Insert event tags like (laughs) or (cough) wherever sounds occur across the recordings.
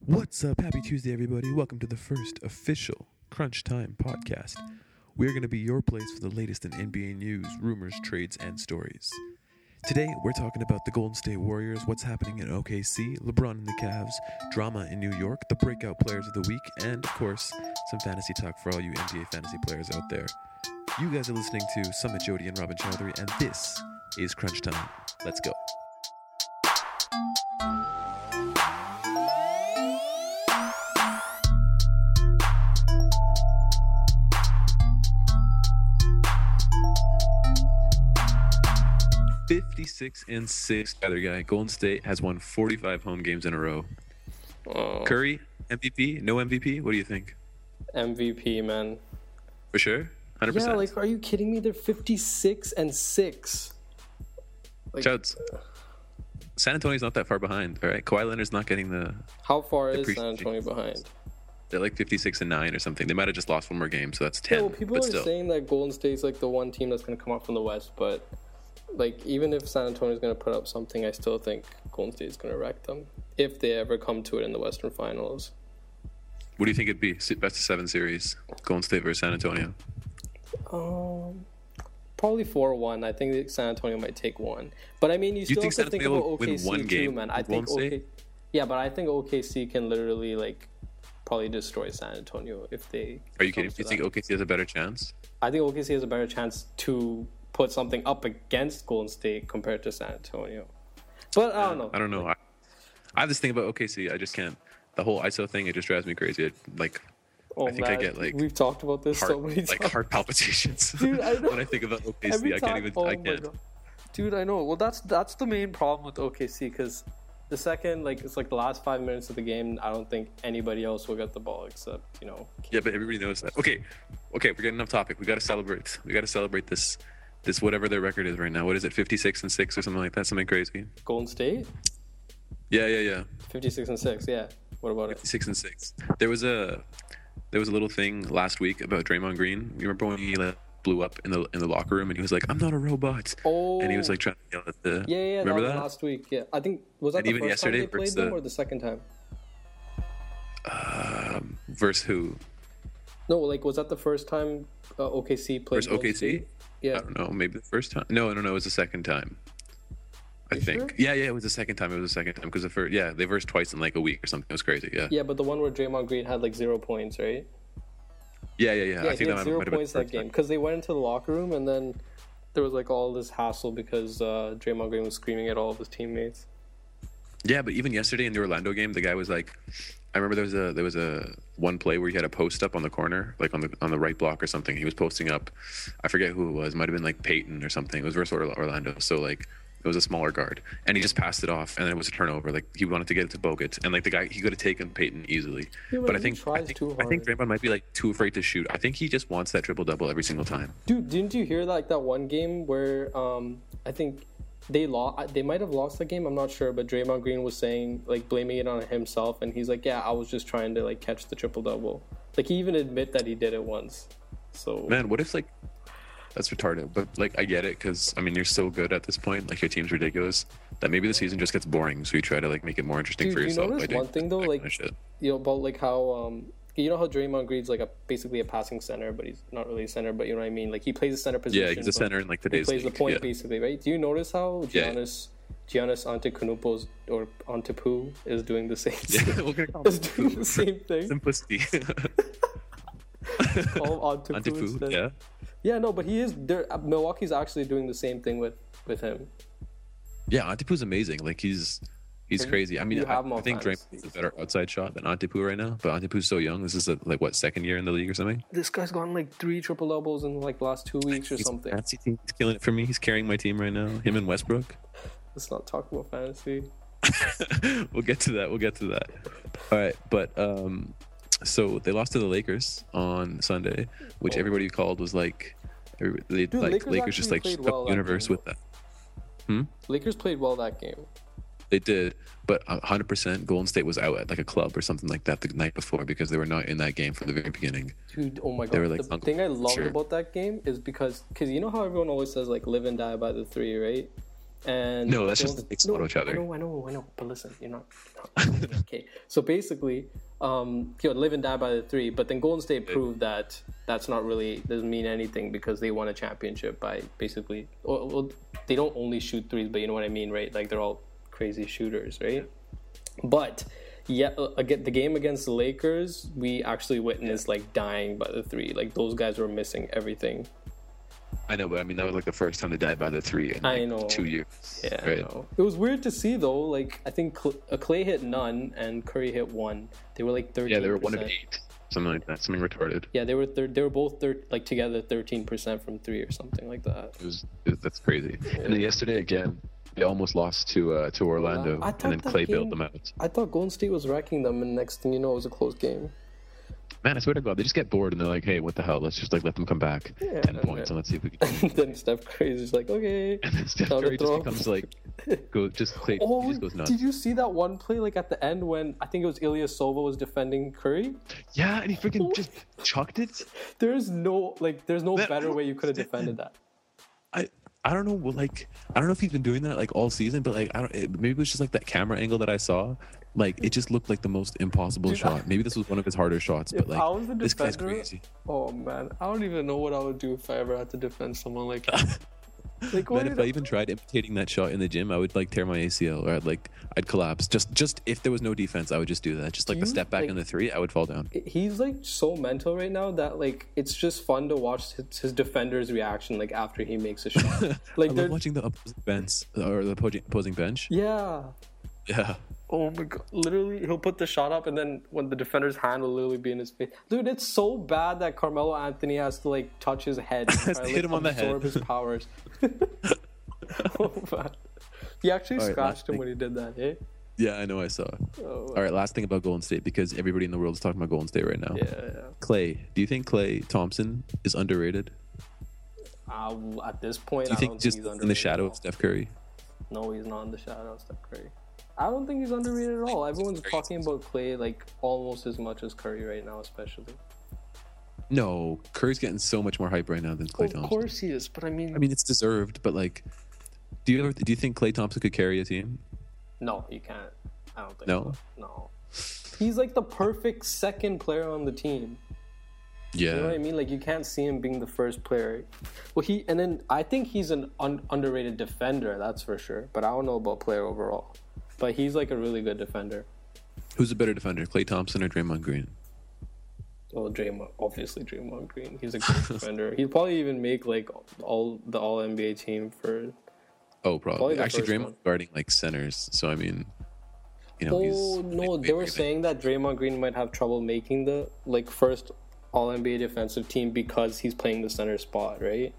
What's up? Happy Tuesday, everybody. Welcome to the first official Crunch Time podcast. We're going to be your place for the latest in NBA news, rumors, trades, and stories. Today, we're talking about the Golden State Warriors, what's happening in OKC, LeBron and the Cavs, drama in New York, the breakout players of the week, and, of course, some fantasy talk for all you NBA fantasy players out there. You guys are listening to Summit Jody and Robin Chowdhury, and this is Crunch Time. Let's go. Fifty-six and six, other guy. Golden State has won forty-five home games in a row. Mm, Curry MVP, no MVP. What do you think? MVP man. For sure, hundred Yeah, percent. like are you kidding me? They're 56 and 6. like- Shouts. San Antonio's not that far behind. All right, Kawhi Leonard's not getting the. How far is San Appreciate Antonio it. behind? They're like fifty-six and nine or something. They might have just lost one more game, so that's ten. Yeah, well, people but are still, saying that Golden State's like the one team that's going to come up from the West, but like even if San Antonio's going to put up something, I still think Golden State's going to wreck them if they ever come to it in the Western Finals. what do you think it'd be? Se- Best of seven series: Golden State versus San Antonio. Um, probably four one. I think that San Antonio might take one, but I mean, you, still think have to San think Antonio about will win OKC one too, game man. I with think Golden OK, yeah, but I think OKC can literally like probably destroy San Antonio if they. Are you come kidding? to Do you that. think OKC has a better chance? I think OKC has a better chance to put something up against Golden State compared to San Antonio. But I don't know. I don't know. I, I have this thing about OKC. I just can't. The whole ISO thing, it just drives me crazy. It, like, Oh, I think I man, get, like, we've talked about this heart, so many times. like heart palpitations (laughs) Dude, I (laughs) know. when I think about OKC. Every I time, can't even. oh I my can't. God. Dude, I know. Well, that's that's the main problem with OKC because the second, like, it's like the last five minutes of the game. I don't think anybody else will get the ball except you know. Yeah, but everybody knows that. Okay, okay, we're getting off topic. We got to celebrate. We got to celebrate this, this whatever their record is right now. What is it, fifty-six and six or something like that? Something crazy. Golden State, Yeah, yeah, yeah. fifty-six and six. Yeah. What about it? Six and six. There was a, there was a little thing last week about Draymond Green. You remember when he like, blew up in the in the locker room and he was like, "I'm not a robot," Oh. and he was like trying to yell at the. Yeah, yeah. remember that was that? last week. Yeah. I think was that And the even first yesterday time they played versus them the- or the second time? Versus who? No, like was that the first time uh, OKC played? Versus Golden OKC. State? Yeah. I don't know. Maybe the first time. No, no, no. It was the second time. I You think. sure? Yeah, yeah. It was the second time. It was the second time because the first. Yeah, they versed twice in like a week or something. It was crazy. Yeah. Yeah, but the one where Draymond Green had like zero points, right? Yeah, yeah, yeah. Yeah, I he think that had might, zero might have been points that game because they went into the locker room and then there was like all this hassle because uh, Draymond Green was screaming at all of his teammates. Yeah, but even yesterday in the Orlando game, the guy was like, I remember there was a there was a one play where he had a post up on the corner, like on the on the right block or something. He was posting up. I forget who it was. Might have been like Peyton or something. It was versus Orla- Orlando, so like it was a smaller guard, and he just passed it off, and then it was a turnover. Like he wanted to get it to Bogut, and like the guy he could have taken Peyton easily. Yeah, but but I he think I tries think, too I think hard. Draymond might be like too afraid to shoot. I think he just wants that triple double every single time. Dude, didn't you hear like that one game where um, I think they lost? They might have lost the game. I'm not sure, but Draymond Green was saying like blaming it on himself, and he's like, "Yeah, I was just trying to like catch the triple double." Like he even admit that he did it once. So Man, what if like that's retarded? But like, I get it because I mean, you're so good at this point. Like, your team's ridiculous that maybe the season just gets boring. So you try to like make it more interesting Dude, for you yourself. notice by doing one thing, though? that Like- kinda shit. you know about like how um you know how Draymond Green's like a basically a passing center, but he's not really a center, but you know what I mean? Like he plays the center position. yeah, he's a but center in like He today's plays the league. point yeah. basically, right? Do you notice how Yeah. Giannis Giannis Antetokounmpo's or Antetokounmpo is doing the same thing? (laughs) Yeah, (laughs) we're gonna call is it doing the same (laughs) thing. simplicity. Call him Antetokounmpo Antifu, instead. yeah. Yeah, no, but he is there Milwaukee's actually doing the same thing with with him. Yeah, Antipu's amazing. Like he's he's crazy. I mean, you I, have him I on think fans. Draymond is a better outside shot than Antipu right now. But Antipu's so young. This is like what second year in the league or something. This guy's gotten like three triple doubles in like the last two weeks or He's- something. Fantasy team. He's killing it for me. He's carrying my team right now. Him and Westbrook. Let's not talk about fantasy. we'll get to that. We'll get to that. All right, but um, so they lost to the Lakers on Sunday, which everybody called was like, everybody, they, like Oh. Lakers Lakers, just actually like played shook up well the that universe game, with that. Lakers played well that game. They did, but 100% Golden State was out at like a club or something like that the night before because they were not in that game from the very beginning. Dude, oh my god! were like the Uncle thing I loved Richard. about that game is because because you know how everyone always says like live and die by the three, right? And No, that's there just was- the Knicks fought each other. I know, I know, I know. But listen, you're not. You're not (laughs) okay, so basically, um, you know, live and die by the three. But then Golden State proved that that's not really doesn't mean anything because they won a championship by basically. Well, well, they don't only shoot threes, but you know what I mean, right? Like they're all crazy shooters, right? But yeah, uh, again, the game against the Lakers, we actually witnessed like dying by the three. Like those guys were missing everything. I know, but I mean that was like the first time they died by the three in I like, know. two years. Yeah, I right. know. It was weird to see though. Like I think Cl- uh, Clay hit none and Curry hit one. They were like thirteen. Yeah, they were one of eight, something like that, something retarded. Yeah, they were thir- they were both thir- like together thirteen percent from three or something like that. It was, it- that's crazy. And then yesterday again, they almost lost to uh, to Orlando, I and then thought that Clay bailed game- them out. I thought Golden State was racking them, and next thing you know, it was a close game. (laughs) Man, I swear to God, they just get bored and they're like, "Hey, what the hell? Let's just like let them come back Yeah, ten and points and then- let's see if we can." then Steph Curry's just like, okay. And then (laughs) Steph Now the Curry just throw. becomes like, go just Clay (laughs) he Oh, just goes nuts. did you see that one play like at the end when I think it was Ilya Sova was defending Curry? Yeah, and he freaking just chucked it. There's no like, there's no That- better way you could have defended that. I I don't know well, like I don't know if he's been doing that like all season, but like I don't it, maybe it was just like that camera angle that I saw. Like it just looked like the most impossible shot. Maybe this was one of his harder shots, but If like I was the this guy's defender- crazy. Oh man, I don't even know what I would do if I ever had to defend (laughs) someone like that. like what Man, if I did, even tried imitating that shot in the gym, I would like tear my ACL or I'd like I'd collapse. Just just if there was no defense, I would just do that. Just like the you, step back like- in the three, I would fall down. he's like so mental right now that like it's just fun to watch his, his defender's reaction like after he makes (laughs) a shot. I Like love they're watching the opposing bench or the opposing- opposing bench. yeah. (laughs) Yeah. Oh my god! Literally, he'll put the shot up, and then when the defender's hand will literally be in his face. Dude, it's so bad that Carmelo Anthony has to like touch (laughs) his head, and try to, hit like, him on the head. absorb (laughs) his powers. (laughs) oh man, he actually All right, last scratched him thing. when he did that. eh? Hey, Yeah, I know I saw. oh, All right, last thing about Golden State because everybody in the world is talking about Golden State right now. yeah, yeah. Clay, do you think Clay Thompson is underrated? I w at this point, Do you I think don't just think he's underrated. in the shadow at of Steph Curry? all. No, he's not in the shadow of Steph Curry. I don't think he's underrated at all. Everyone's talking about Clay like almost as much as Curry right now, especially. No, Curry's getting so much more hype right now than Clay Of Thompson. course he is, but I mean, I mean, it's deserved, but like, do you ever do you think Clay Thompson could carry a team? no, you can't. I don't think. No? so. no. He's like the perfect second player on the team. Yeah, You know what I mean? Like you can't see him being the first player. Well, he and then I think he's an un- underrated defender. That's for sure. But I don't know about player overall. But he's like a really good defender. who's a better defender, Clay Thompson or Draymond Green? Well, Draymond, obviously Draymond Green. He's a great (laughs) defender. He'd probably even make like all the All NBA team for. Oh, Probably probably. the Actually, first Draymond one. guarding like centers, so I mean, you know, he's Oh no, like, they were bigger than- saying that Draymond Green might have trouble making the like first All NBA defensive team because he's playing the center spot, right?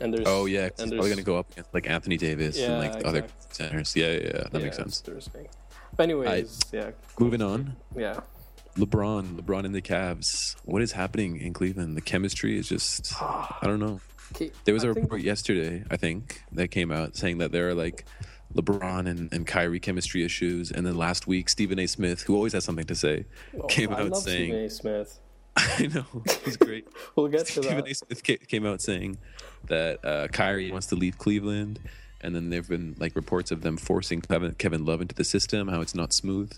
And there's Oh yeah, 'cause he's and there's probably gonna go up against like Anthony Davis and Yeah, like the other exactly. centers. Yeah, yeah, yeah that yeah, makes sense. it's Thursday. Anyways, yeah, Moving on, yeah. LeBron, LeBron and the Cavs. What is happening in Cleveland? The chemistry is just, I don't know. Okay, There was I a think- report yesterday, I think, that came out saying that there are like LeBron and, and Kyrie chemistry issues. And then last week, Stephen A. Smith, who always has something to say, came Oh, I out love Stephen saying, A. Smith. (laughs) I know, he's great. (laughs) We'll get to Stephen that. A. Smith ca- came out saying that uh, Kyrie wants to leave Cleveland. And then there have been like reports of them forcing Kevin, Kevin Love into the system, how it's not smooth.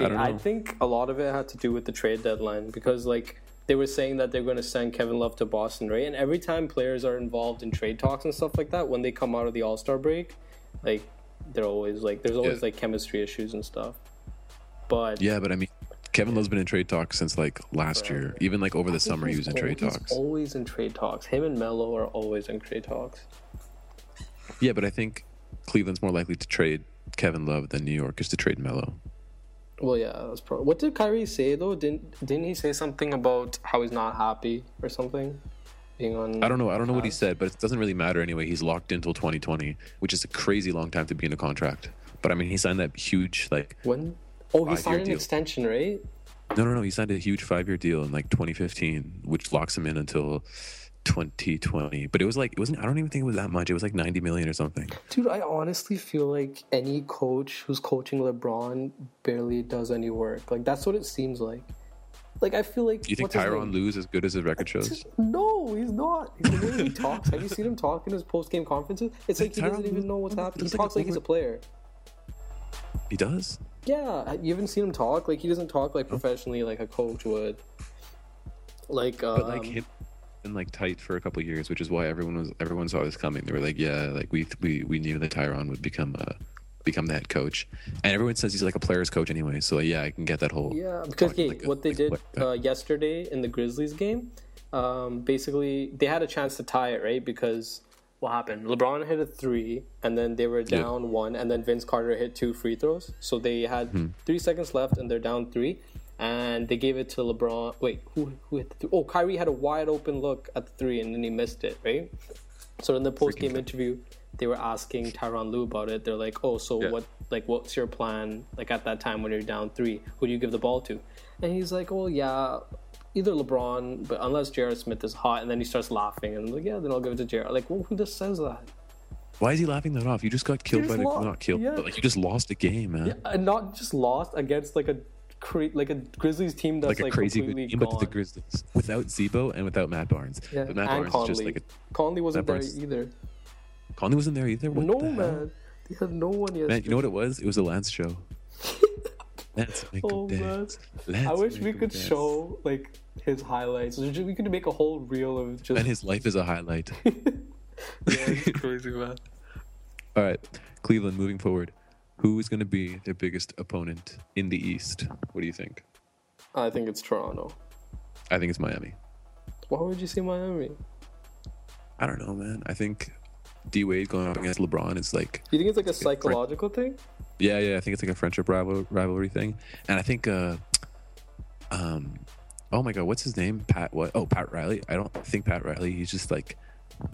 I don't know. I think a lot of it had to do with the trade deadline because like they were saying that they're going to send Kevin Love to Boston, right? And every time players are involved in trade talks and stuff like that, when they come out of the All Star break, like they're always like there's always Yeah. like chemistry issues and stuff. But Yeah, but I mean, Kevin Love's been in trade talks since like last year. Even like over the summer, he he's was in trade al- he's talks. Always in trade talks. Him and Melo are always in trade talks. Yeah, but I think Cleveland's more likely to trade Kevin Love than New York is to trade Melo. Well, yeah, that's probably. What did Kyrie say though? Didn't didn't he say something about how he's not happy or something? Being on. I don't know. I don't know Uh, what he said, but it doesn't really matter anyway. He's locked in till 2020, which is a crazy long time to be in a contract. But I mean, he signed that huge like When? Oh, he Five-year signed an deal. extension, right? no, no, no. He signed a huge five-year deal in like 2015, which locks him in until 2020. But it was like it wasn't. I don't even think it was that much. It was like 90 million or something. Dude, I honestly feel like any coach who's coaching LeBron barely does any work. Like that's what it seems like. Like I feel like Do you think what's his Tyron name? Lue is as good as his record shows? No, No, he's not. He's the way he talks. Have you seen him talk in his post game conferences? It's like he Tyronn doesn't Lue- even know what's happening. He looks like an talks like he's a over- player. He does. Yeah, you haven't seen him talk. Like he doesn't talk like professionally, like a coach would. Like, um, But like him been like tight for a couple of years, which is why everyone was everyone saw this coming. They were like, yeah, like we we we knew that Tyron would become a become the head coach, and everyone says he's like a player's coach anyway. So yeah, I can get that whole Yeah, talking because okay, like a- what they like a did player. uh, yesterday in the Grizzlies game, um, basically they had a chance to tie it, right? Because what happened? LeBron hit a three, and then they were down one, and then Vince Carter hit two free throws. So they had Hmm. three seconds left, and they're down three, and they gave it to LeBron. Wait, who who hit? The three? Oh, Kyrie had a wide open look at the three, and then he missed it, right? So in the post game interview, they were asking Tyron Lue about it. They're like, "Oh, so Yeah. what? Like, what's your plan? Like at that time when you're down three, who do you give the ball to?" And he's like, "Well, yeah, either LeBron, but unless Jared Smith is hot." And then he starts laughing, and I'm like, "Yeah, then I'll give it to Jared." Like, well, who just says that? Why is he laughing that off? You just got killed You by just the lost. not killed, Yeah. but like you just lost a game, man. And not just lost against like a cra- like a Grizzlies team that's Like like, a crazy good completely team, gone. but the Grizzlies without Zebo and without Matt Barnes. yeah. But and Matt Barnes Conley. is just like Conley wasn't Matt there Barnes- either. a, Conley wasn't there either. What No the hell? man, they had no one yesterday. Man, you know what it was? It was a Lance (laughs) show. Lance make Oh, oh, dance. Lance I wish make we them could dance. show like his highlights. We should- we could make a whole reel of just. And his life is a (laughs) highlight. Yeah, (laughs) it's crazy man. All right, Cleveland. Moving forward, who is going to be their biggest opponent in the East? What do you think? I think it's Toronto. I think it's Miami. Why would you say Miami? I don't know, man. I think D Wade going up against LeBron is like You think it's like a psychological thing? (laughs) Yeah, yeah, I think it's like a friendship rival- rivalry thing, and I think, uh, um, oh my god, what's his name? Pat what? Oh, Pat Riley. I don't think Pat Riley. He's just like,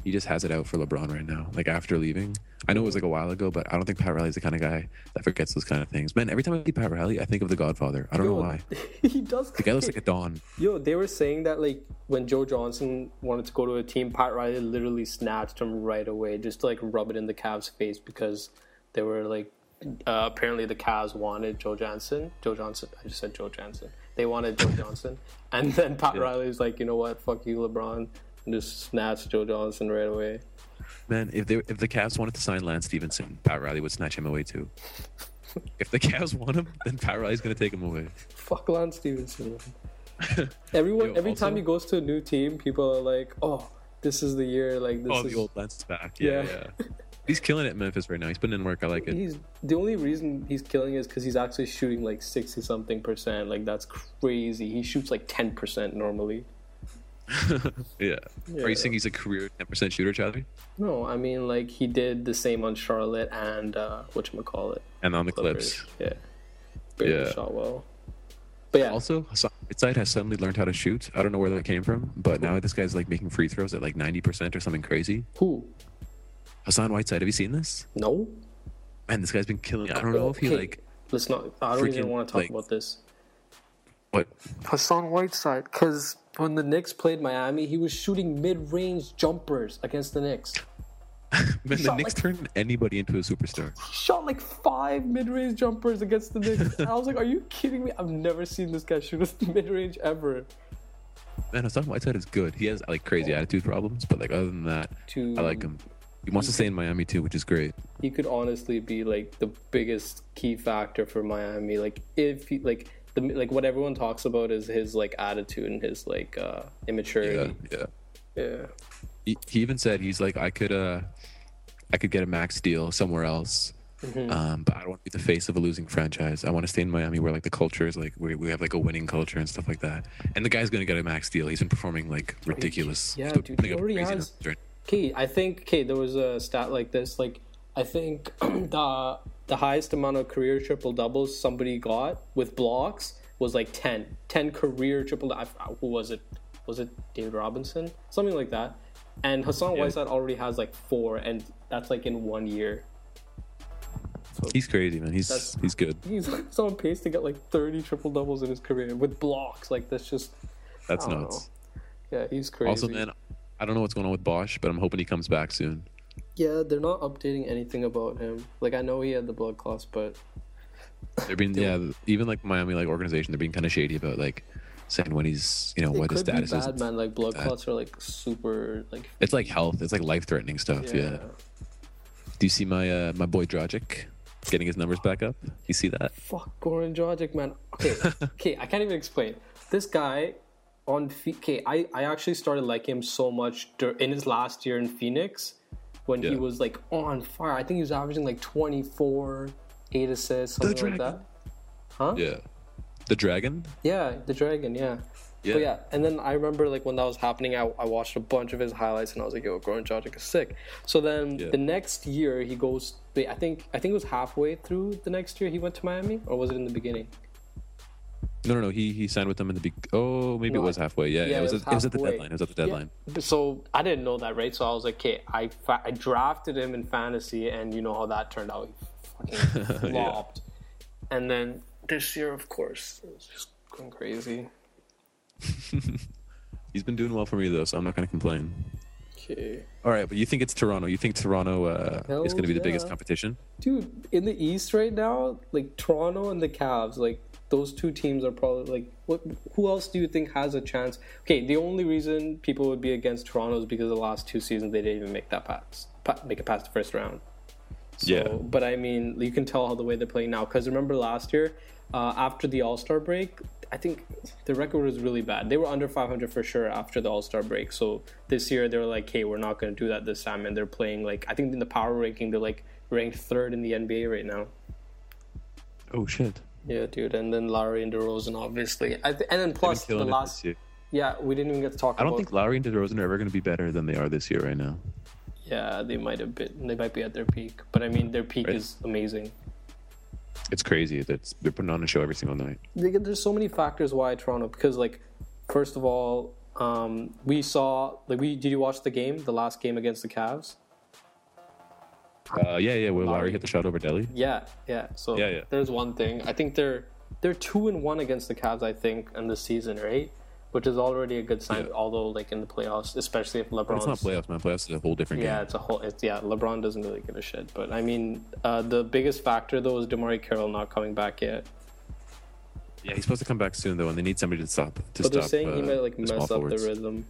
he just has it out for LeBron right now. Like after leaving, I know it was like a while ago, but I don't think Pat Riley's the kind of guy that forgets those kind of things. Man, every time I see Pat Riley, I think of The Godfather. I don't know why. he does. The guy looks like a don. Yo, they were saying that like when Joe Johnson wanted to go to a team, Pat Riley literally snatched him right away just to like rub it in the Cavs' face because they were like uh, apparently the Cavs wanted Joe Johnson. Joe Johnson. I just said Joe Johnson. They wanted Joe Johnson, (laughs) and then Pat Riley was like, you know what, fuck you, LeBron, and just snatched Joe Johnson right away. Man, if they if the Cavs wanted to sign Lance Stevenson, Pat Riley would snatch him away too. If the Cavs want him, then Pat Riley's gonna take him away. Fuck Lance Stevenson. (laughs) Everyone, Yo, every time also- he goes to a new team, people are like, oh, this is the year. Like this Oh, is the old Lance is back. Yeah, Yeah. yeah. (laughs) He's killing it in Memphis right now. He's putting in work. I like it. He's the only reason he's killing is because he's actually shooting like sixty something percent. Like that's crazy. He shoots like ten percent normally. Yeah. Yeah. Are you saying he's a career 10% shooter, Chadley? No, I mean like he did the same on Charlotte and uh, what you call it, And on the clips. Yeah, barely Yeah. shot well. But yeah, Also, Hassan Whiteside has suddenly learned how to shoot. I don't know where that came from, but now this guy's like making free throws at like 90% or something crazy. who? Hassan Whiteside, have you seen this? No, Man, this guy's been killing. it. I don't know if he Okay, like Let's not. I don't even freaking, want to talk like- about this. what (laughs) Hassan Whiteside, because when the Knicks played Miami, he was shooting mid-range jumpers against the Knicks. man, the shot, Knicks like- turned anybody into a superstar. shot like five mid-range jumpers against the Knicks. (laughs) And I was like, "Are you kidding me? I've never seen this guy shoot a (laughs) mid-range ever." Man, Hassan Whiteside is good. He has like crazy attitude problems, but like other than that, To I like him. He wants to stay in Miami too, which is great. He could honestly be like the biggest key factor for Miami. Like if he like the like what everyone talks about is his like attitude and his like uh Yeah, immaturity. yeah. Yeah. he he even said he's like I could uh I could get a max deal somewhere else. Mm-hmm. Um, but I don't want to be the face of a losing franchise. I want to stay in Miami where like the culture is like we, we have like a winning culture and stuff like that. And the guy's gonna get a max deal. He's been performing like ridiculous. Yeah, he's dude, he putting up already crazy has- numbers right- Okay, I think okay, there was a stat like this. Like I think (clears throat) the the highest amount of career triple doubles somebody got with blocks was like 10. 10 career triple I forgot- who was it? Was it David Robinson? Something like that. And Hassan Whiteside already has like 4 and that's like in 1 year. He's crazy, man. He's That's- he's good. He's, (laughs) he's on pace to get like 30 triple doubles in his career with blocks. Like that's just That's I don't nuts. yeah, he's Oh, crazy. Also, man, I don't know what's going on with Bosch, but I'm hoping he comes back soon. Yeah, they're not updating anything about him. Like I know he had the blood clots, but They're being yeah, even like Miami like organization, they're being kind of shady about like saying when he's you know what it his could be status is. Uh, bad, man. Like blood bad. clots are like super like. It's like health. It's like life threatening stuff. Yeah. yeah. Do you see my uh, my boy Drogic getting his numbers back up? You see that? Fuck Goran Dragic, man. (laughs) Okay, okay, I can't even explain. This guy on Phe- okay, I I actually started liking him so much dur- in his last year in Phoenix when he Yeah. was like on fire. I think he was averaging like 24, eight assists, something like Dragon. that. Yeah. The dragon. Yeah, the dragon. Yeah. Yeah. But Oh, yeah, and then I remember like when that was happening, I, I watched a bunch of his highlights, and I was like, "Yo, Goran Dragic is sick." So then Yeah. the next year he goes. wait, I think I think it was halfway through the next year he went to Miami, or was it in the beginning? No, no, no. He he signed with them in the big. Oh, maybe No, it was I- halfway. Yeah, yeah, yeah. It was, it was at- it was at the halfway. deadline. It was at the deadline. Yeah, but so I didn't know that, right? So I was like, okay, I, fa- I drafted him in fantasy, and you know how that turned out. He (laughs) fucking flopped. And then this year, of course, it's just going crazy. He's been doing well for me though, so I'm not gonna complain. Okay. All right, but you think it's Toronto? You think Toronto uh, Hell is gonna be the yeah. biggest competition? Dude, in the East right now, like Toronto and the Cavs, like those two teams are probably like what who else do you think has a chance? Okay, the only reason people would be against Toronto is because the last two seasons they didn't even make that pass pa- make it past the first round. So, Yeah. But I mean, you can tell how the way they're playing now. Because remember last year, uh, after the All Star break, I think the record was really bad. They were under 500 for sure after the All Star break. So this year they were like, hey, we're not going to do that this time. And they're playing like, I think in the power ranking, they're like ranked third in the NBA right now. Oh shit! Yeah, dude. And then Lowry and DeRozan, obviously. I th- and then plus the Killing it last. this year. Yeah, we didn't even get to talk I about don't think Lowry and DeRozan are ever going to be better than they are this year right now. Yeah, they might have been. They might be at their peak. But I mean, their peak Right. is amazing. It's crazy that they're putting on a show every single night. they get- there's so many factors why Toronto because like first of all um, we saw like we did you watch the game the last game against the Cavs Uh, yeah, yeah. Well, Lowry hit the shot over Delhi. yeah yeah so Yeah, yeah. there's one thing I think they're they're two and one against the Cavs I think in this season right which is already a good sign Yeah. although like in the playoffs especially if LeBron It's not playoffs, man. Playoffs is a whole different yeah game. it's a whole it's yeah LeBron doesn't really give a shit but I mean uh, the biggest factor though is Demari Carroll not coming back yet Yeah, he's supposed to come back soon though, and they need somebody to stop to but stop. they're saying he uh, might like the small mess up forwards. the rhythm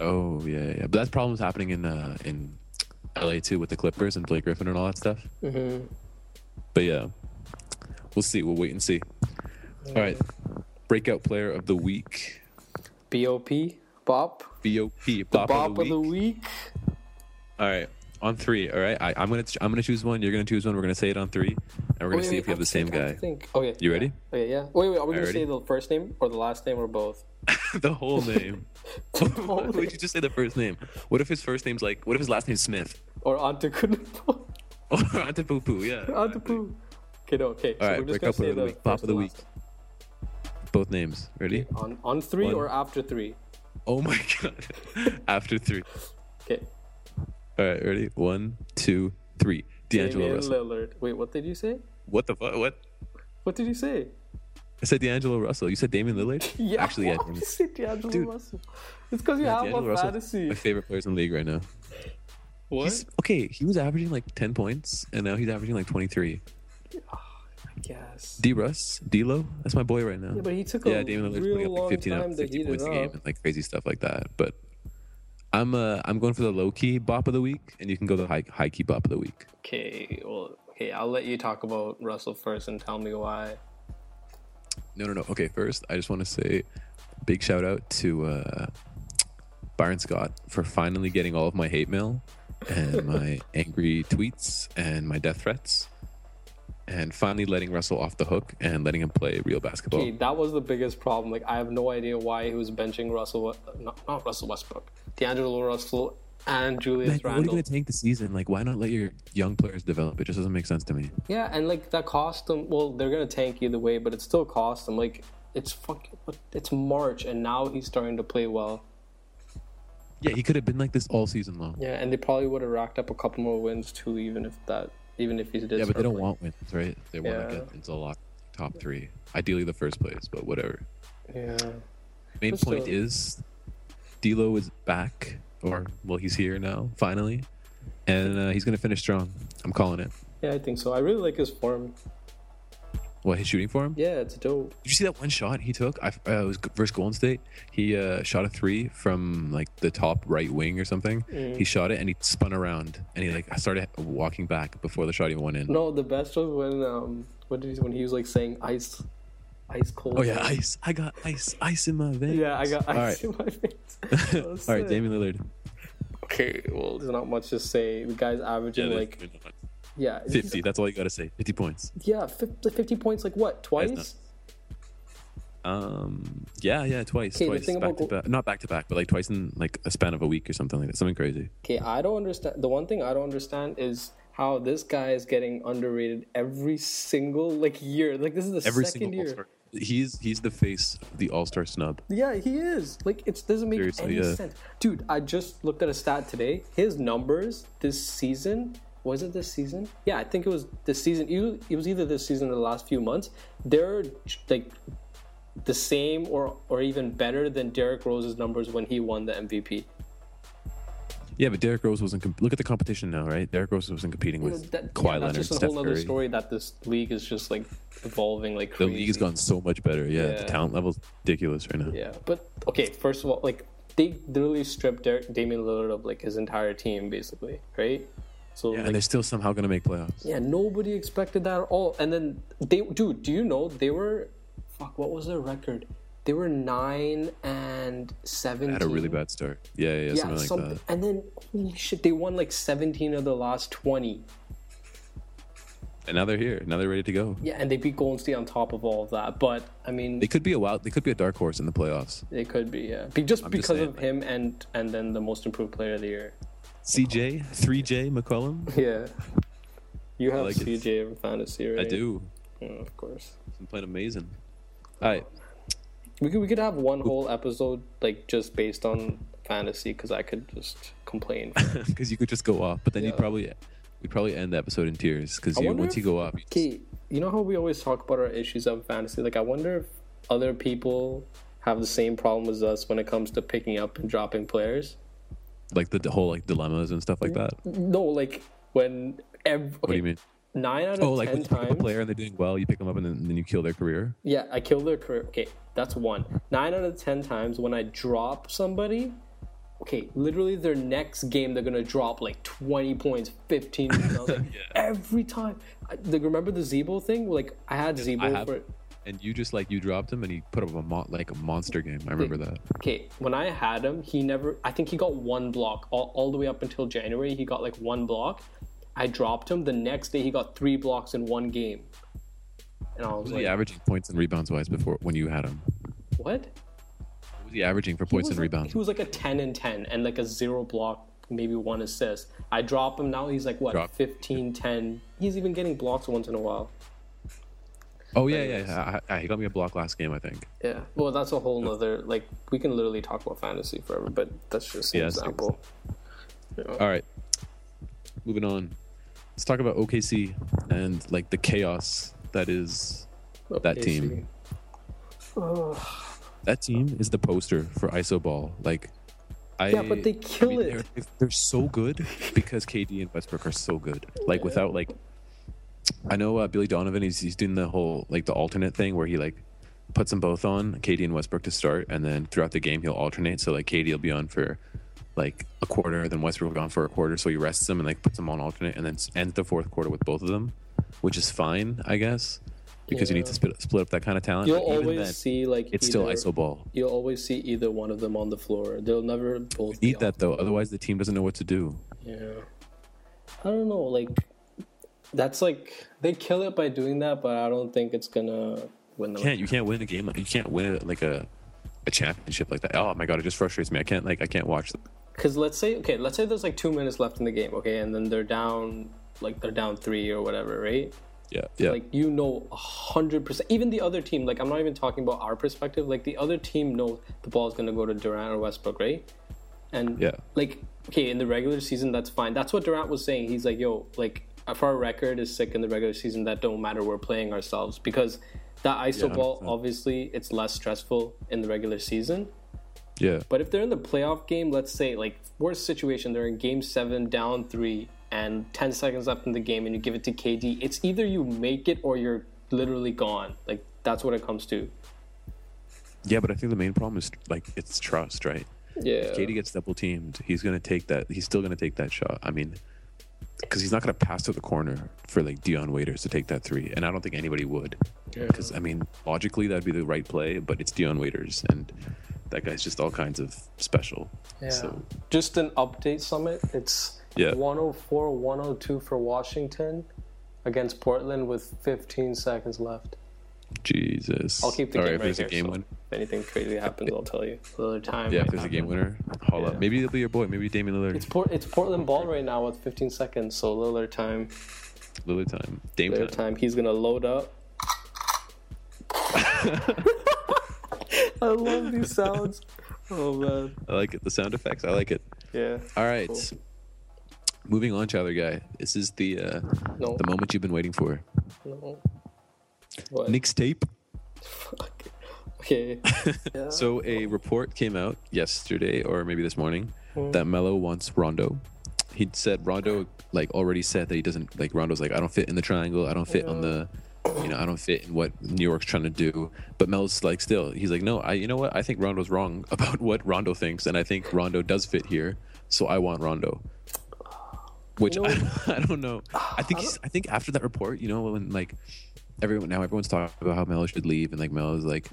Oh yeah, yeah. But that problem's happening in uh, in LA too with the Clippers and Blake Griffin and all that stuff. Mm-hmm. But yeah, we'll see. We'll wait and see. All right, breakout player of the week, BOP Bop BOP, the Bop, Bop of the week. week. All right, on three. All right, I, I'm gonna ch- I'm gonna choose one. You're gonna choose one. We're gonna say it on three, and we're gonna Wait, see wait, if we have I the same think- guy. I (laughs) (laughs) Think. Okay. You ready? Okay, yeah. Wait, wait. Are we I gonna ready? say the first name or the last name or (laughs) both? the whole name. whole (laughs) Why would you just say the first name? What if his first name's like? What if his last name's Smith? Or (laughs) Antetokounmpo? Or Antetokounmpo? Yeah. Oh, Antetokounmpo. Okay, no. Okay. All right, break up player of the week, Bop first of the and week. Both names. Ready? last. On on three One. or after three? Oh my (laughs) god. After three. Okay. All right, ready? One, two, three. D'Angelo Damian Russell. Lillard. Wait, what did you say? What the fuck? What? What did you say? I said D'Angelo Russell. You said Damian (laughs) Lillard? Actually, yeah. You said D'Angelo Dude. Russell. It's because you have D'Angelo a Russell's fantasy. My favorite players in the league right now. What? He's, okay, he was averaging like 10 points, and now he's averaging like 23. Yes. D Russ, D Lo, that's my boy right now. Yeah, but he took a yeah, Damian Lillard's putting real up like long 15 time up, to 50 heat points it a game up. and like crazy stuff like that. But I'm uh, I'm going for the low key bop of the week, and you can go the high, high key bop of the week. Okay, well, okay, I'll let you talk about Russell first and tell me why. No, no, no. Okay, first, I just want to say big shout out to uh, Byron Scott for finally getting all of my hate mail (laughs) and my angry tweets and my death threats and finally letting Russell off the hook and letting him play real basketball. Okay, that was the biggest problem. Like, I have no idea why he was benching Russell, not, not Russell Westbrook, D'Angelo Russell and Man, Julius what are you Randle. going to tank the season? Like, why not let your young players develop? It just doesn't make sense to me. Yeah, and like that cost them. Well, they're gonna tank either way, but it still cost them. Like, it's fucking, it's March, and now he's starting to play well. Yeah, he could have been like this all season long. Yeah, and they probably would have racked up a couple more wins too, even if that, even if he did. Yeah, but they start don't playing. want wins, right? They want Yeah. to get into the lock top three, ideally the first place, but whatever. Yeah. Main But point still- is, D'Lo is back, or well, he's here now finally, and uh, he's gonna finish strong. I'm calling it. Yeah, I think so. I really like his form. What he's shooting for him? Yeah, it's dope. Did you see that one shot he took? I uh, it was versus Golden State. He uh, shot a three from like the top right wing or something. Mm. He shot it and he spun around and he like started walking back before the shot even went in. No, the best was when um what did he when he was like saying ice, ice cold. Oh yeah, ice! I got ice, ice in my veins. Yeah, I got All right. ice in my face. That was All right, sick. Damian Lillard. Okay, well, there's not much to say. The guy's averaging like yeah, he's- fifty. That's all you gotta say. Fifty points. Yeah, fif- like, fifty points. Like what? Twice? nuts. Um. Yeah. Yeah. Twice. 'Kay, the twice. thing Back about to Gol- back. Not back to back, but like twice in like a span of a week or something like that. Something crazy. Okay, I don't understand. The one thing I don't understand is how this guy is getting underrated every single like year. Like this is the Every second single year. All-Star. He's he's the face of the All Star snub. Yeah, he is. Like it doesn't make Seriously, any yeah. sense, dude. I just looked at a stat today. His numbers this season was it this season? Yeah, I think it was this season. It was- It was either this season or the last few months. They're like the same or or even better than Derrick Rose's numbers when he won the MVP. Yeah, but Derrick Rose wasn't. Comp- look at the competition now, right? Derrick Rose wasn't competing with That, Kawhi yeah, Leonard, that's just a Steph whole other Curry. story that this league is just like evolving like The crazy. league's gotten so much better. Yeah, Yeah. the talent level's ridiculous right now. Yeah, but okay. First of all, like they literally stripped Derek, Damian Lillard of like his entire team, basically, right? So and like, they're still somehow gonna make playoffs. yeah, nobody expected that at all. And then they, dude, do you know they were, fuck, what was their record? They were nine and seventeen. Had a really bad start. Yeah, yeah, yeah, yeah, something like something. And then holy shit, they won like seventeen of the last twenty. that. And now they're here. Now they're ready to go. Yeah, and they beat Golden State on top of all of that. But I mean, They could be a wild. They could be a dark horse in the playoffs. It could be, yeah. Be, just just because saying, of him and and then the most improved player of the year. CJ, three J McCollum. Yeah. You have like it. CJ in fantasy, right? I do. Mm, of course. He's playing amazing. All right. (laughs) We could we could have one whole episode like just based on fantasy because I could just (laughs) complain. because you could just go off, but then Yeah. you'd probably we'd probably end the episode in tears because you, wonder once if- you go off, you just- okay, you know how we always talk about our issues of fantasy. Like I wonder if other people have the same problem as us when it comes to picking up and dropping players. like the, the whole like dilemmas and stuff like that. What No, like when ev- do you mean? Nine out of Oh, like when ten you pick up a times. player and they're doing well, you pick them up and then, then you kill their career. Yeah, I killed their career. Okay, that's one. Nine out of ten times when I drop somebody, okay, literally their next game they're gonna drop like twenty points, (laughs) fifteen. Points. I was like, every time. I, like, remember the Zebo thing? Like I had I Zebo have, for and you just like you dropped him and he put up a mo- like a monster game. I remember that. okay. When I had him, he never. I think he got one block all, all the way up until January. He got like one block. I dropped him. The next day he got three blocks in one game. And I was What was he like, averaging points and rebounds wise before when you had him? what? What was he averaging for He points was and like- rebounds? He was like a 10 and 10 and like a zero block, maybe one assist. I drop him now. He's like, what, Drop. fifteen, ten. 15, 10. He's even getting blocks once in a while. oh yeah, yeah, yeah. I, I, he got me a block last game, I think. Yeah. Well, that's a whole nother, like, we can literally talk about fantasy forever, but that's just an Yeah, that's example. All right, moving on. Let's talk about OKC and like the chaos that is of that KC. team. that team is the poster for ISO ball. Like, I Yeah, but they kill They're, it. they're so good because KD and Westbrook are so good. Like without like, I know uh, Billy Donovan. He's he's doing the whole like the alternate thing where he like puts them both on KD and Westbrook to start, and then throughout the game he'll alternate. So like KD will be on for like a quarter, then Westbrook will be on for a quarter. So he rests them and like puts them on alternate, and then s- ends the fourth quarter with both of them, which is fine, I guess, because you Yeah. need to split, split up that kind of talent. You'll But even always then, see, like, it's still either- iso ball. You'll always see either one of them on the floor. They'll never both be Need that though, otherwise the team doesn't know what to do. Yeah. I don't know, like that's like they kill it by doing that, but I don't think it's gonna win them. Can't you can't win a game? You can't win like a a championship like that. Oh my god, it just frustrates me. I can't like I can't watch. them. Cause let's say okay, let's say there's like two minutes left in the game, okay, and then they're down like they're down three or whatever, right? Yeah, yeah. Like you know a hundred percent even the other team, like I'm not even talking about our perspective, like the other team knows the ball's gonna go to Durant or Westbrook, right? And Yeah. like okay, in the regular season that's fine. That's what Durant was saying. He's like, yo, like if our record is sick in the regular season, that don't matter. We're playing ourselves because that ISO Yeah, ball 100%. obviously it's less stressful in the regular season. yeah. But if they're in the playoff game, let's say like worst situation, they're in game seven, down three, and ten seconds left in the game, and you give it to KD. It's either you make it or you're literally gone. Like that's what it comes to. Yeah, but I think the main problem is like it's trust, right? Yeah. If Katie gets double teamed, he's gonna take that. He's still gonna take that shot. I mean, because he's not gonna pass to the corner for like Dion Waiters to take that three, and I don't think anybody would. Yeah. Because I mean, logically that'd be the right play, but it's Dion Waiters, and that guy's just all kinds of special. Yeah. So Just an update summit. It's Yeah. 104 102 for Washington against Portland with 15 seconds left. Jesus. I'll keep the All game right, right if there's here, a game so winner, If anything crazy happens, I'll tell you. Another time. yeah, might if there's a happen. game winner, haul Yeah. up. Maybe it'll be your boy. Maybe Damian Lillard. It's, Port- it's Portland ball right now with 15 seconds, so Lillard time. Lillard time. Dame Lillard time. time. He's gonna load up. (laughs) I love these sounds. Oh man. I like it. The sound effects. I like it. Yeah. All right. Cool. Moving on, Tyler guy. This is the uh, No. the moment you've been waiting for. No. What? Nick's tape. Fuck. Okay. Yeah. So a report came out yesterday or maybe this morning that Melo wants Rondo. He said Rondo like already said that he doesn't like Rondo's like I don't fit in the triangle. I don't fit on the you know, I don't fit in what New York's trying to do. But Melo's like still he's like no, I you know what? I think Rondo's wrong (laughs) about what Rondo thinks and I think Rondo does fit here. So I want Rondo. Which You know (laughs) I, I don't know. I think he's, I think after that report, you know, when like everyone now everyone's talking about how Melo should leave and like Melo's like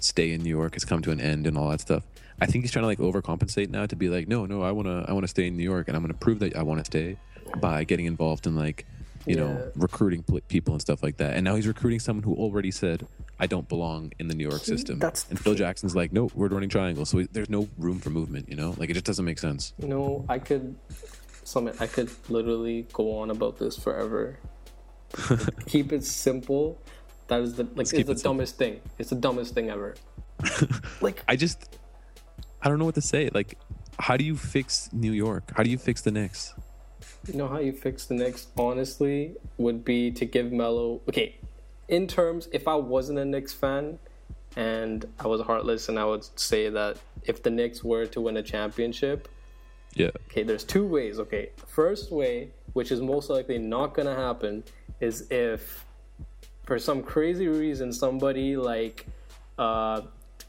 stay in New York has come to an end and all that stuff. I think he's trying to like overcompensate now to be like, no, no, I wanna I wanna stay in New York and I'm gonna prove that I wanna stay by getting involved in like you know recruiting pl- people and stuff like that. And now he's recruiting someone who already said I don't belong in the New York system. that's and Phil Jackson's like, no, we're running triangles, so we- there's no room for movement. You know, like it just doesn't make sense. You know, I could summit. I could literally go on about this (laughs) forever. keep it simple. That is the like it's keep the it simple. dumbest thing. It's the dumbest thing ever. like I just I don't know what to say. Like, how do you fix New York? How do you fix the Knicks? You know how you fix the Knicks, honestly, would be to give Melo. Okay, in terms, if I wasn't a Knicks fan and I was heartless, and I would say that if the Knicks were to win a championship, Yeah, okay, there's two ways. Okay, first way, which is most likely not going to happen, is if for some crazy reason somebody like. Uh,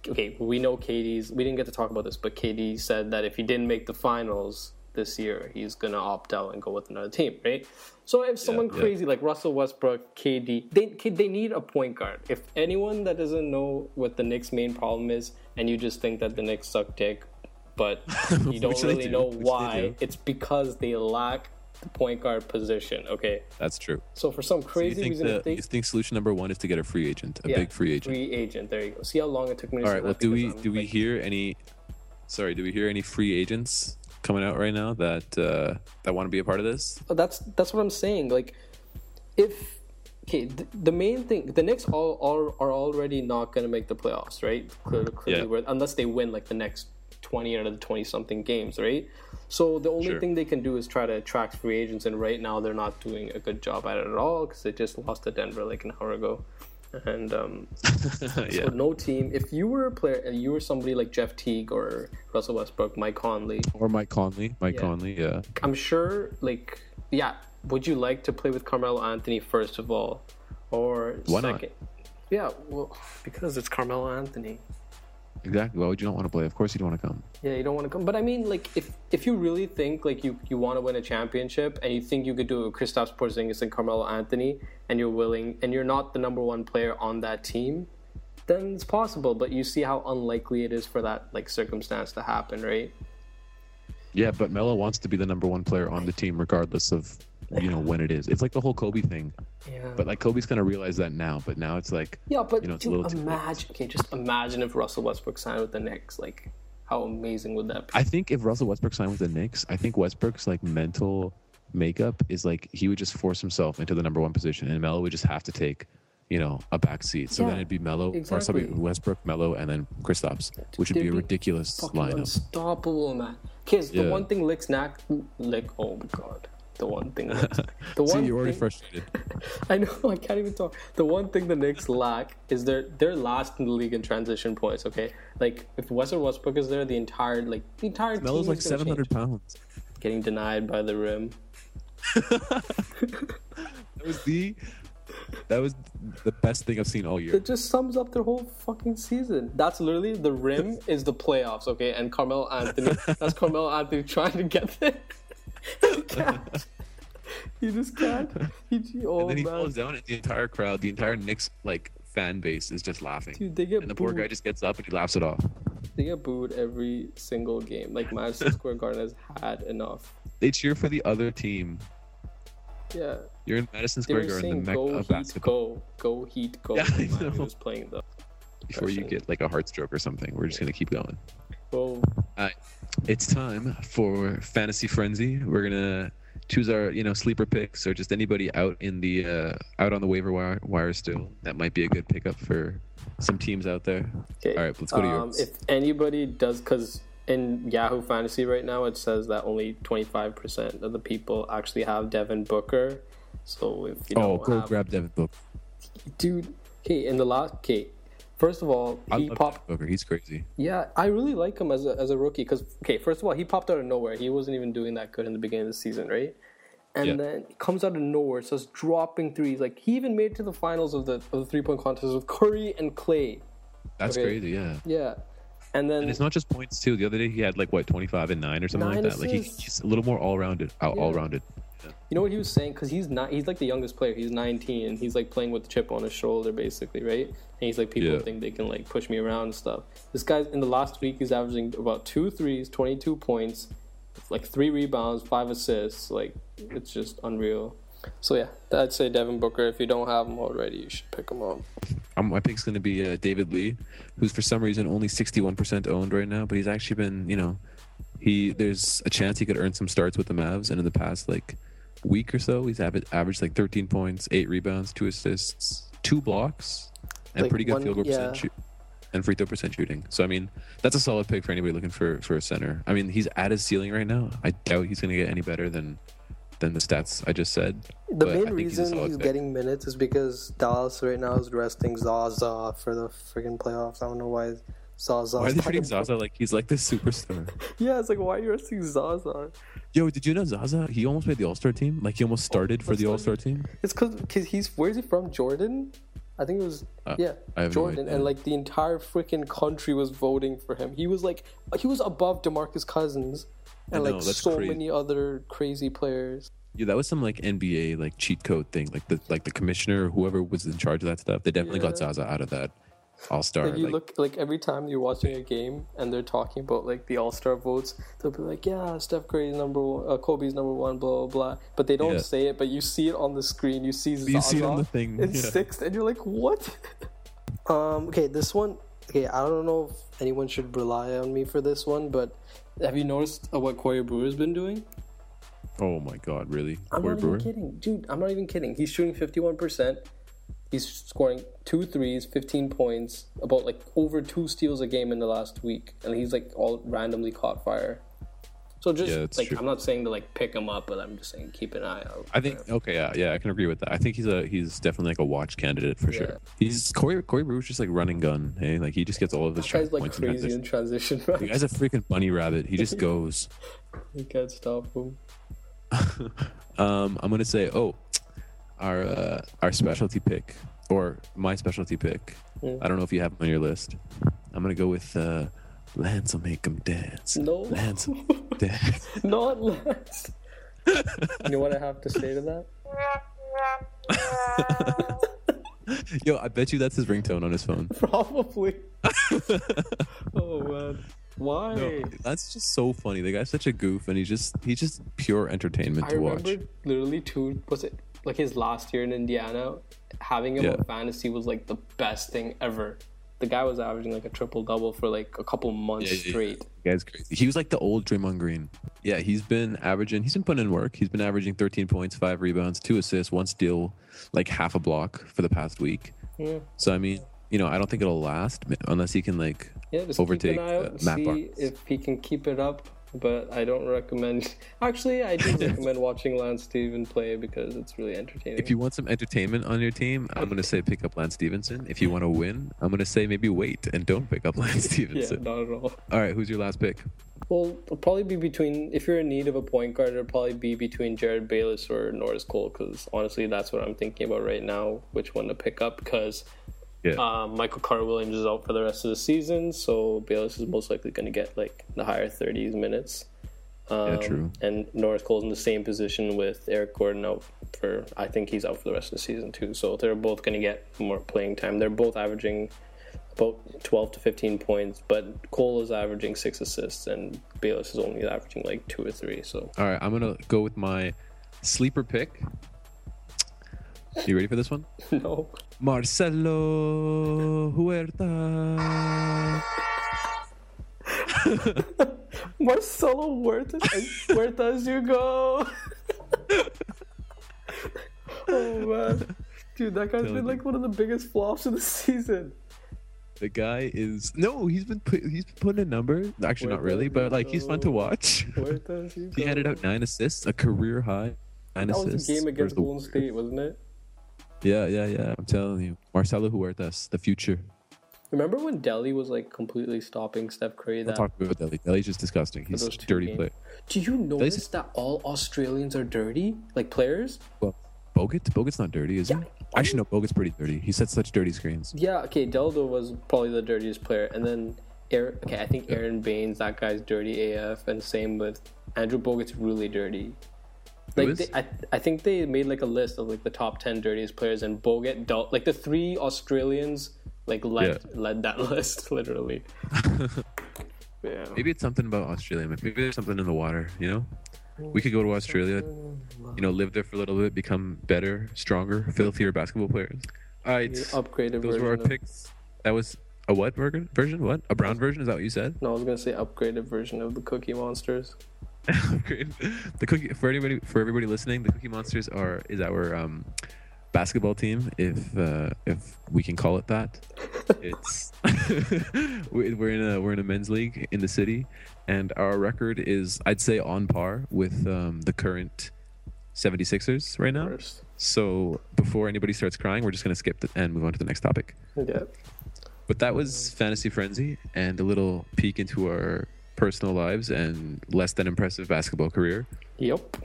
okay, we know Katie's. We didn't get to talk about this, but Katie said that if he didn't make the finals this year, he's gonna opt out and go with another team, right? So if someone yeah. crazy like Russell Westbrook, KD, they kid- they need a point guard. If anyone that doesn't know what the Knicks' main problem is, and you just think that the Knicks suck dick, (laughs) but you don't Which they really do, know which they why, do. it's because they lack the point guard position. Okay, that's true. so for some You crazy think reason, the if they you think solution number one is to get a free agent, a yeah, big free agent. free agent. There you go. See how long it took me. to All say right. Well, that do we because I'm, do we like, hear any? Sorry, do we hear any free agents coming out right now that uh, that want to be a part of this? But that's that's what I'm saying. Like, if okay, th- the main thing, the Knicks all, all are already not going to make the playoffs, right? Clearly, clearly Yeah. we're- unless they win like the next twenty out of the twenty something games, right? So the only Sure. thing they can do is try to attract free agents, and right now they're not doing a good job at it at all because they just lost to Denver like an hour ago, and um, (laughs) yeah. so no team. If you were a player and you were somebody like Jeff Teague or Russell Westbrook, Mike Conley, Or Mike Conley. Mike Yeah. Conley. Yeah. I'm sure, like, yeah, would you like to play with Carmelo Anthony first of all, or Why not? second? Yeah, well, (sighs) because it's Carmelo Anthony. Exactly. Why would you not want to play? Of course, you'd want to come. Yeah, you don't want to come, but I mean, like, if if you really think like you you want to win a championship and you think you could do it with Kristaps Porzingis and Carmelo Anthony, and you're willing and you're not the number one player on that team, then it's possible. But you see how unlikely it is for that like circumstance to happen, right? Yeah, but Melo wants to be the number one player on the team, regardless of you know when it is. It's like the whole Kobe thing. Yeah. But like Kobe's gonna realize that now. But now it's like Yeah, but You know, it's a dude, little too late. imagine. Okay, just imagine if Russell Westbrook signed with the Knicks. Like, how amazing would that be? I think if Russell Westbrook signed with the Knicks, I think Westbrook's like mental makeup is like he would just force himself into the number one position, and Melo would just have to take, you know, a back seat. So Yeah, then it'd be Melo, or exactly. sorry, Westbrook, Melo, and then Kristaps, which would There'd be a be ridiculous Fucking lineup. unstoppable, man. Okay, it's the Yeah. one thing Lick Snack, Lick. Oh my god, the one (laughs) thing. Licks, the one. See, you're already thing- frustrated. (laughs) I know I can't even talk. The one thing the Knicks lack is they're they're last in the league in transition points. Okay, like if Russell Westbrook is there, the entire like the entire Melo's team like is gonna 700 change. pounds. getting denied by the rim. That was the That was the best thing I've seen all year. It just sums up their whole fucking season. That's literally the rim is the playoffs, okay? And Carmel Anthony, that's (laughs) Carmel Anthony trying to get there. (laughs) he can't. He just can't. He, oh, and then he man. falls down, and the entire crowd, the entire Knicks like fan base is just laughing. Dude, they get and the poor booed. guy just gets up and he laughs it off. They get booed every single game. Like (laughs) Madison Square Garden has had enough. They cheer for the other team. Yeah, You're in Madison they Square were Garden, the saying mecca go of heat basketball. go, go heat go. Yeah, I when Miami know. was playing though. Before you get like a heart stroke or something, we're just gonna keep going. Go. It's time for fantasy frenzy. We're gonna choose our you know sleeper picks or just anybody out in the uh, out on the waiver wire, wire still that might be a good pickup for some teams out there. Okay. Um, All right, let's go to yours. If anybody does, because in Yahoo Fantasy right now it says that only 25% of the people actually have Devin Booker. So if you oh, don't go have, grab Devin Booker. dude. Okay, in the last, okay, first of all, I he love popped. Devin Booker. He's crazy. Yeah, I really like him as a, as a rookie because okay, first of all, he popped out of nowhere. He wasn't even doing that good in the beginning of the season, right? And Yeah. then comes out of nowhere, starts dropping threes. Like he even made it to the finals of the of the three point contest with Curry and Clay. That's Okay. crazy. Yeah. Yeah, and then And it's not just points too. The other day he had like what twenty five and nine or something Nine like that. Like he, assists. he's a little more uh, all rounded. Out Yeah. All rounded. you know what he was saying because he's not he's like the youngest player. He's 19 and he's like playing with the chip on his shoulder basically, right? And he's like people Yeah. think they can like push me around and stuff. This guy's in the last week he's averaging about two threes, 22 points, like three rebounds, five assists. Like it's just unreal. So yeah, I'd say Devin Booker. If you don't have him already, you should pick him up. Um, my pick's going to be uh, David Lee, who's for some reason only 61% owned right now, but he's actually been, you know, he there's a chance he could earn some starts with the Mavs, and in the past like week or so, he's aver- averaged like 13 points, eight rebounds, two assists, two blocks, and Like pretty good one- field goal yeah. percent shoot, and free throw percent shooting. So I mean, that's a solid pick for anybody looking for for a center. I mean, he's at his ceiling right now. I doubt he's going to get any better than than the stats I just said. The but I main think he's a reason he's, solid pick. getting minutes is because Dallas right now is resting Zaza for the freaking playoffs. I don't know why Zaza. Why are they treating Zaza like he's like this superstar? Yeah, it's like why are you resting Zaza? Yo, did you know Zaza? He almost made the All Star team. Like he almost started for the All Star team. It's because he's where's he from? Jordan, I think it was Uh, yeah I have no Jordan, idea. and like the entire freaking country was voting for him. He was like he was above Demarcus Cousins and I know, like that's so crazy. many other crazy players. Yeah, that was some like NBA like cheat code thing. Like the like the commissioner or whoever was in charge of that stuff. They definitely got Yeah. Zaza out of that All Star. Like Like, you look like every time you're watching a game and they're talking about like the All Star votes, they'll be like, yeah, Steph Curry's number one, uh, Kobe's number one, blah blah blah. But they don't Yeah. say it, but you see it on the screen. You see Zaza you see it on the thing, in yeah. sixth, and you're like, what? (laughs) um. Okay, this one. Okay, I don't know if anyone should rely on me for this one, but have you noticed uh, what Corey Brewer's been doing? oh my God, really? I'm Corey not Brewer? even kidding, dude. I'm not even kidding. He's shooting 51%. He's scoring two threes, 15 points, about like over two steals a game in the last week, and he's like all randomly caught fire. So just Yeah, that's like true. I'm not saying to like pick him up, but I'm just saying keep an eye out. I think okay, yeah, yeah, I can agree with that. I think he's a he's definitely like a watch candidate for Yeah. sure. He's Corey Corey Brewer's just like running gun. Hey, like he just gets all of his This tra- guy's like points in crazy transition. in transition. The Right? guy's a freaking bunny rabbit. He just goes. You can't stop him. (laughs) (laughs) Um, I'm gonna say, oh, our uh, our specialty pick or my specialty pick. Hmm. I don't know if you have him on your list. I'm gonna go with uh, Lance will make him dance. No. Lance (laughs) will make 'em dance. (laughs) Not last. you know what I have to say to that? (laughs) Yo, I bet you that's his ringtone on his phone. (laughs) Probably. oh man, why? That's just so funny. The guy's such a goof, and he's just he's just pure entertainment I to watch. remember literally two was it like his last year in Indiana, having him on Yeah. fantasy was like the best thing ever. The guy was averaging like a triple double for like a couple months Yeah, yeah, yeah. straight. The guy's crazy. He was like the old Draymond Green. Yeah, he's been averaging. He's been putting in work. He's been averaging 13 points, five rebounds, two assists, one steal, like half a block for the past week. Yeah. So I mean, you know, I don't think it'll last m- unless he can like Yeah, just overtake keep an eye out uh, and Matt see Barnes. if he can keep it up. but I don't recommend. (laughs) Actually, I (laughs) do recommend watching Lance Steven play because it's really entertaining. If you want some entertainment on your team, I'm going to say pick up Lance Stevenson. If you want to win, I'm going to say maybe wait and don't pick up (laughs) Lance (laughs) yeah, Stevenson. not at all. All right, who's your last pick? Well, it'll probably be between if you're in need of a point guard, it'll probably be between Jared Bayless or Norris Cole. Because honestly, that's what I'm thinking about right now, which one to pick up. Because Yeah. um, Michael Carter Williams is out for the rest of the season, so Bayless is most likely going to get like the higher 30s minutes. Um, true. And Norris Cole's in the same position with Eric Gordon out for. I think he's out for the rest of the season too. So they're both going to get more playing time. They're both averaging about 12 to 15 points, but Cole is averaging six assists and Bayless is only averaging like two or three. So (laughs) All right, I'm going to go with my sleeper pick. You ready for this one? no, Marcelo Huerta. Marcelo Huerta, Huerta is your go. oh man, dude, that guy's been like one of the biggest flops of the season. The guy is no, he's been put, he's been putting a number. Actually, not Huerta really, but like he's fun to Huerta. watch. Huerta is your He handed out nine assists, a career high. Nine That was assists a game versus against the Golden State, wasn't it? Yeah, yeah, yeah. I'm telling you, Marcelo Huertas, the future. Remember when Delhi was like completely stopping Steph Curry? Don't That talk about Delhi. Delhi's just disgusting. He's those such a two dirty games. player. do you notice that all Australians are dirty, like players? Well, Bogut, Bogut's not dirty, is he? Yeah. Actually, no. Bogut's pretty dirty. He sets such dirty screens. Yeah, okay, Deldo was probably the dirtiest player, and then Aaron, okay, I think Aaron Baines, that guy's dirty AF, and same with Andrew Bogut's really dirty. Who Like is? they, I, I think they made like a list of like the top ten dirtiest players, and Bogut, Del, like the three Australians, like led led that (laughs) (laughs) list literally. yeah. Maybe it's something about Australia. Maybe there's something in the water. You know, we could go to Australia, you know, live there for a little bit, become better, stronger, filthier basketball players. All right, Upgraded those version. were our of- picks. That was a what version? Version what? A brown version? Is that what you said? No, I was gonna say upgraded version of the Cookie Monsters. Great. (laughs) the cookie for anybody for everybody listening, the Cookie Monsters are is our um, basketball team, if uh, if we can call it that. It's (laughs) we- we're in a we're in a men's league in the city, and our record is I'd say on par with um, the current 76ers right now. First, So before anybody starts crying, we're just gonna skip the, and move on to the next topic. yeah. But that was Fantasy Frenzy and a little peek into our personal lives and less than impressive basketball career Yep.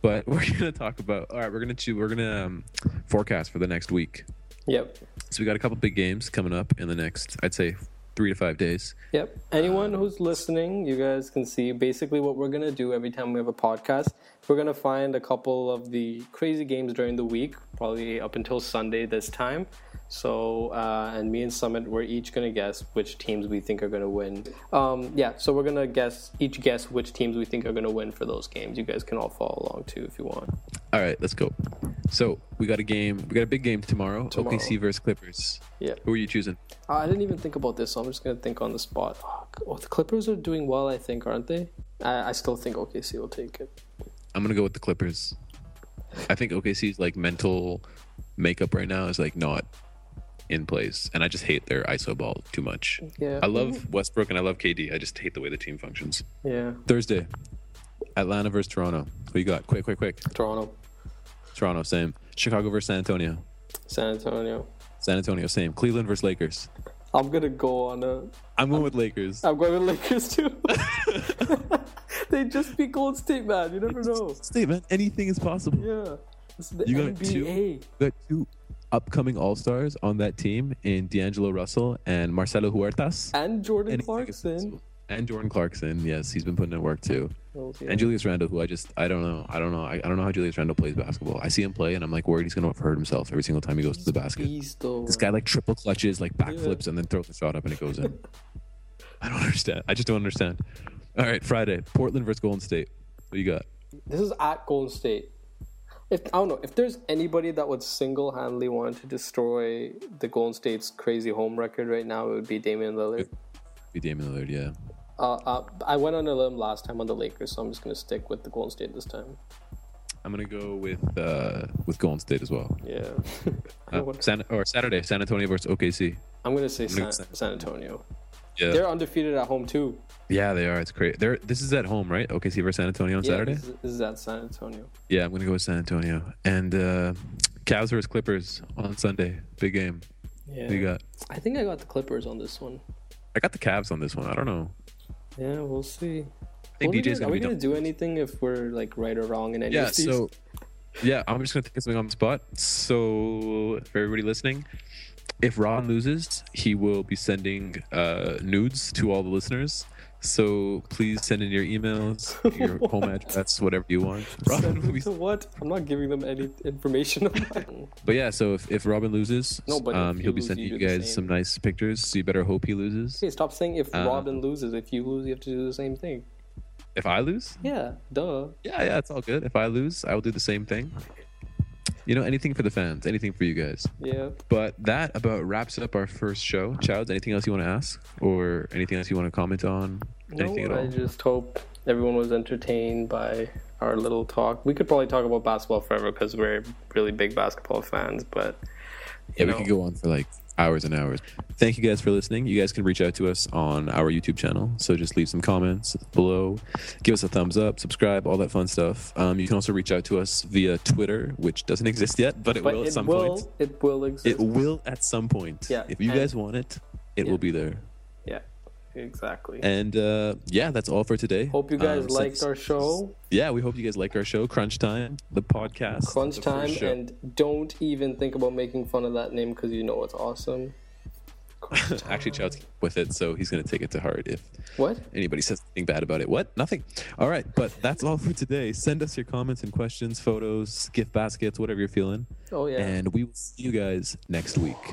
but (laughs) we're gonna talk about all right we're gonna choo- we're gonna um, forecast for the next week Yep. so we got a couple big games coming up in the next i'd say three to five days Yep. Anyone who's listening, you guys can see basically what we're going to do every time we have a podcast. We're going to find a couple of the crazy games during the week, probably up until Sunday this time. So, uh, and me and Summit, we're each going to guess which teams we think are going to win. Um, yeah, so we're going to guess, each guess which teams we think are going to win for those games. You guys can all follow along too if you want. all right let's go so we got a game we got a big game tomorrow, Tomorrow. okc versus clippers Yeah. who are you choosing Uh, I didn't even think about this, so I'm just going to think on the spot. Oh, well, the Clippers are doing well, I think, aren't they? I, I still think OKC will take it. i'm gonna go with the clippers i think okc's like mental makeup right now is like not in place and i just hate their iso ball too much Yeah. i love westbrook and i love kd i just hate the way the team functions Yeah. Thursday, Atlanta versus Toronto. Who you got? Quick, quick, quick. Toronto, Toronto, same. Chicago versus San Antonio. San Antonio. San Antonio, same. Cleveland versus Lakers. I'm gonna go on a. I'm going with Lakers. I'm going with Lakers (laughs) too. they just beat Golden State, man. You never know. Statement: Anything is possible. Oh. Yeah, this is the You got two? NBA. You got two upcoming All Stars on that team in D'Angelo Russell and Marcelo Huertas. And Jordan Anything is Clarkson. possible. And Jordan Clarkson. Yes, he's been putting in work too. Oh, yeah. And Julius Randle, who I just I don't know. I don't know. I, I don't know how Julius Randle plays basketball. I see him play, and I'm like worried he's going to hurt himself every single time he goes to the basket. Beast, though. This guy like triple clutches, like backflips, and then throws the shot up and it goes in. (laughs) I don't understand. I just don't understand. All right, Friday, Portland versus Golden State. What you got? This is at Golden State. If I don't know if there's anybody that would single-handedly want to destroy the Golden State's crazy home record right now, it would be Damian Lillard. Be Damian Lillard, yeah. Uh, uh, I went on a limb last time on the Lakers, so I'm just gonna stick with the Golden State this time. I'm gonna go with uh, with Golden State as well. Yeah. (laughs) I Uh, don't want- San, or Saturday, San Antonio versus OKC. I'm gonna say gonna San, say- San Antonio. Yeah. They're undefeated at home too. Yeah, they are. It's great. They're this is at home, right? OKC versus San Antonio on Yeah, Saturday. This is, this is at San Antonio. Yeah, I'm gonna go with San Antonio and uh, Cavs versus Clippers on Sunday. Big game. Yeah. What do you got? I think I got the Clippers on this one. I got the Cavs on this one. I don't know. Yeah, we'll see. I think What are we DJ's gonna, are gonna we be gonna done. do anything if we're like right or wrong in any yeah of these? so yeah i'm just gonna think of something on the spot so for everybody listening if ron loses he will be sending uh, nudes to all the listeners so please send in your emails your home address whatever you want (laughs) Robin will be, So (laughs) what? I'm not giving them any information. on (laughs) that. but yeah so if, if robin loses No, but if um, you he'll be lose, sending you you do the guys same. some nice pictures so you better hope he loses okay, stop saying if Uh, Robin loses. If you lose, you have to do the same thing. if i lose Yeah, duh. yeah yeah it's all good if i lose i will do the same thing you know anything for the fans anything for you guys Yeah. But that about wraps up our first show. Chowds, anything else you want to ask or anything else you want to comment on? No, anything at I all? just hope everyone was entertained by our little talk. We could probably talk about basketball forever because we're really big basketball fans. But yeah, you we know. could go on for like hours and hours. Thank you guys for listening. You guys can reach out to us on our YouTube channel. So just leave some comments below, give us a thumbs up, subscribe, all that fun stuff. Um, you can also reach out to us via Twitter, which doesn't (laughs) exist yet, but it but will at it some will. point. It will exist. It will at some point. Yeah, If you and- guys want it, it Yeah. will be there. yeah. Exactly. And uh, yeah, that's all for today. hope you guys Um, so- liked our show. yeah, we hope you guys like our show, Crunch Time, the podcast. Crunch the first time, show. and don't even think about making fun of that name because you know it's awesome. Crunch time. (laughs) actually Child's with it, so he's gonna take it to heart if what? anybody says anything bad about it. What? Nothing. All right, but that's all for today. Send us your comments and questions, photos, gift baskets, whatever you're feeling, Oh yeah. and we will see you guys next week.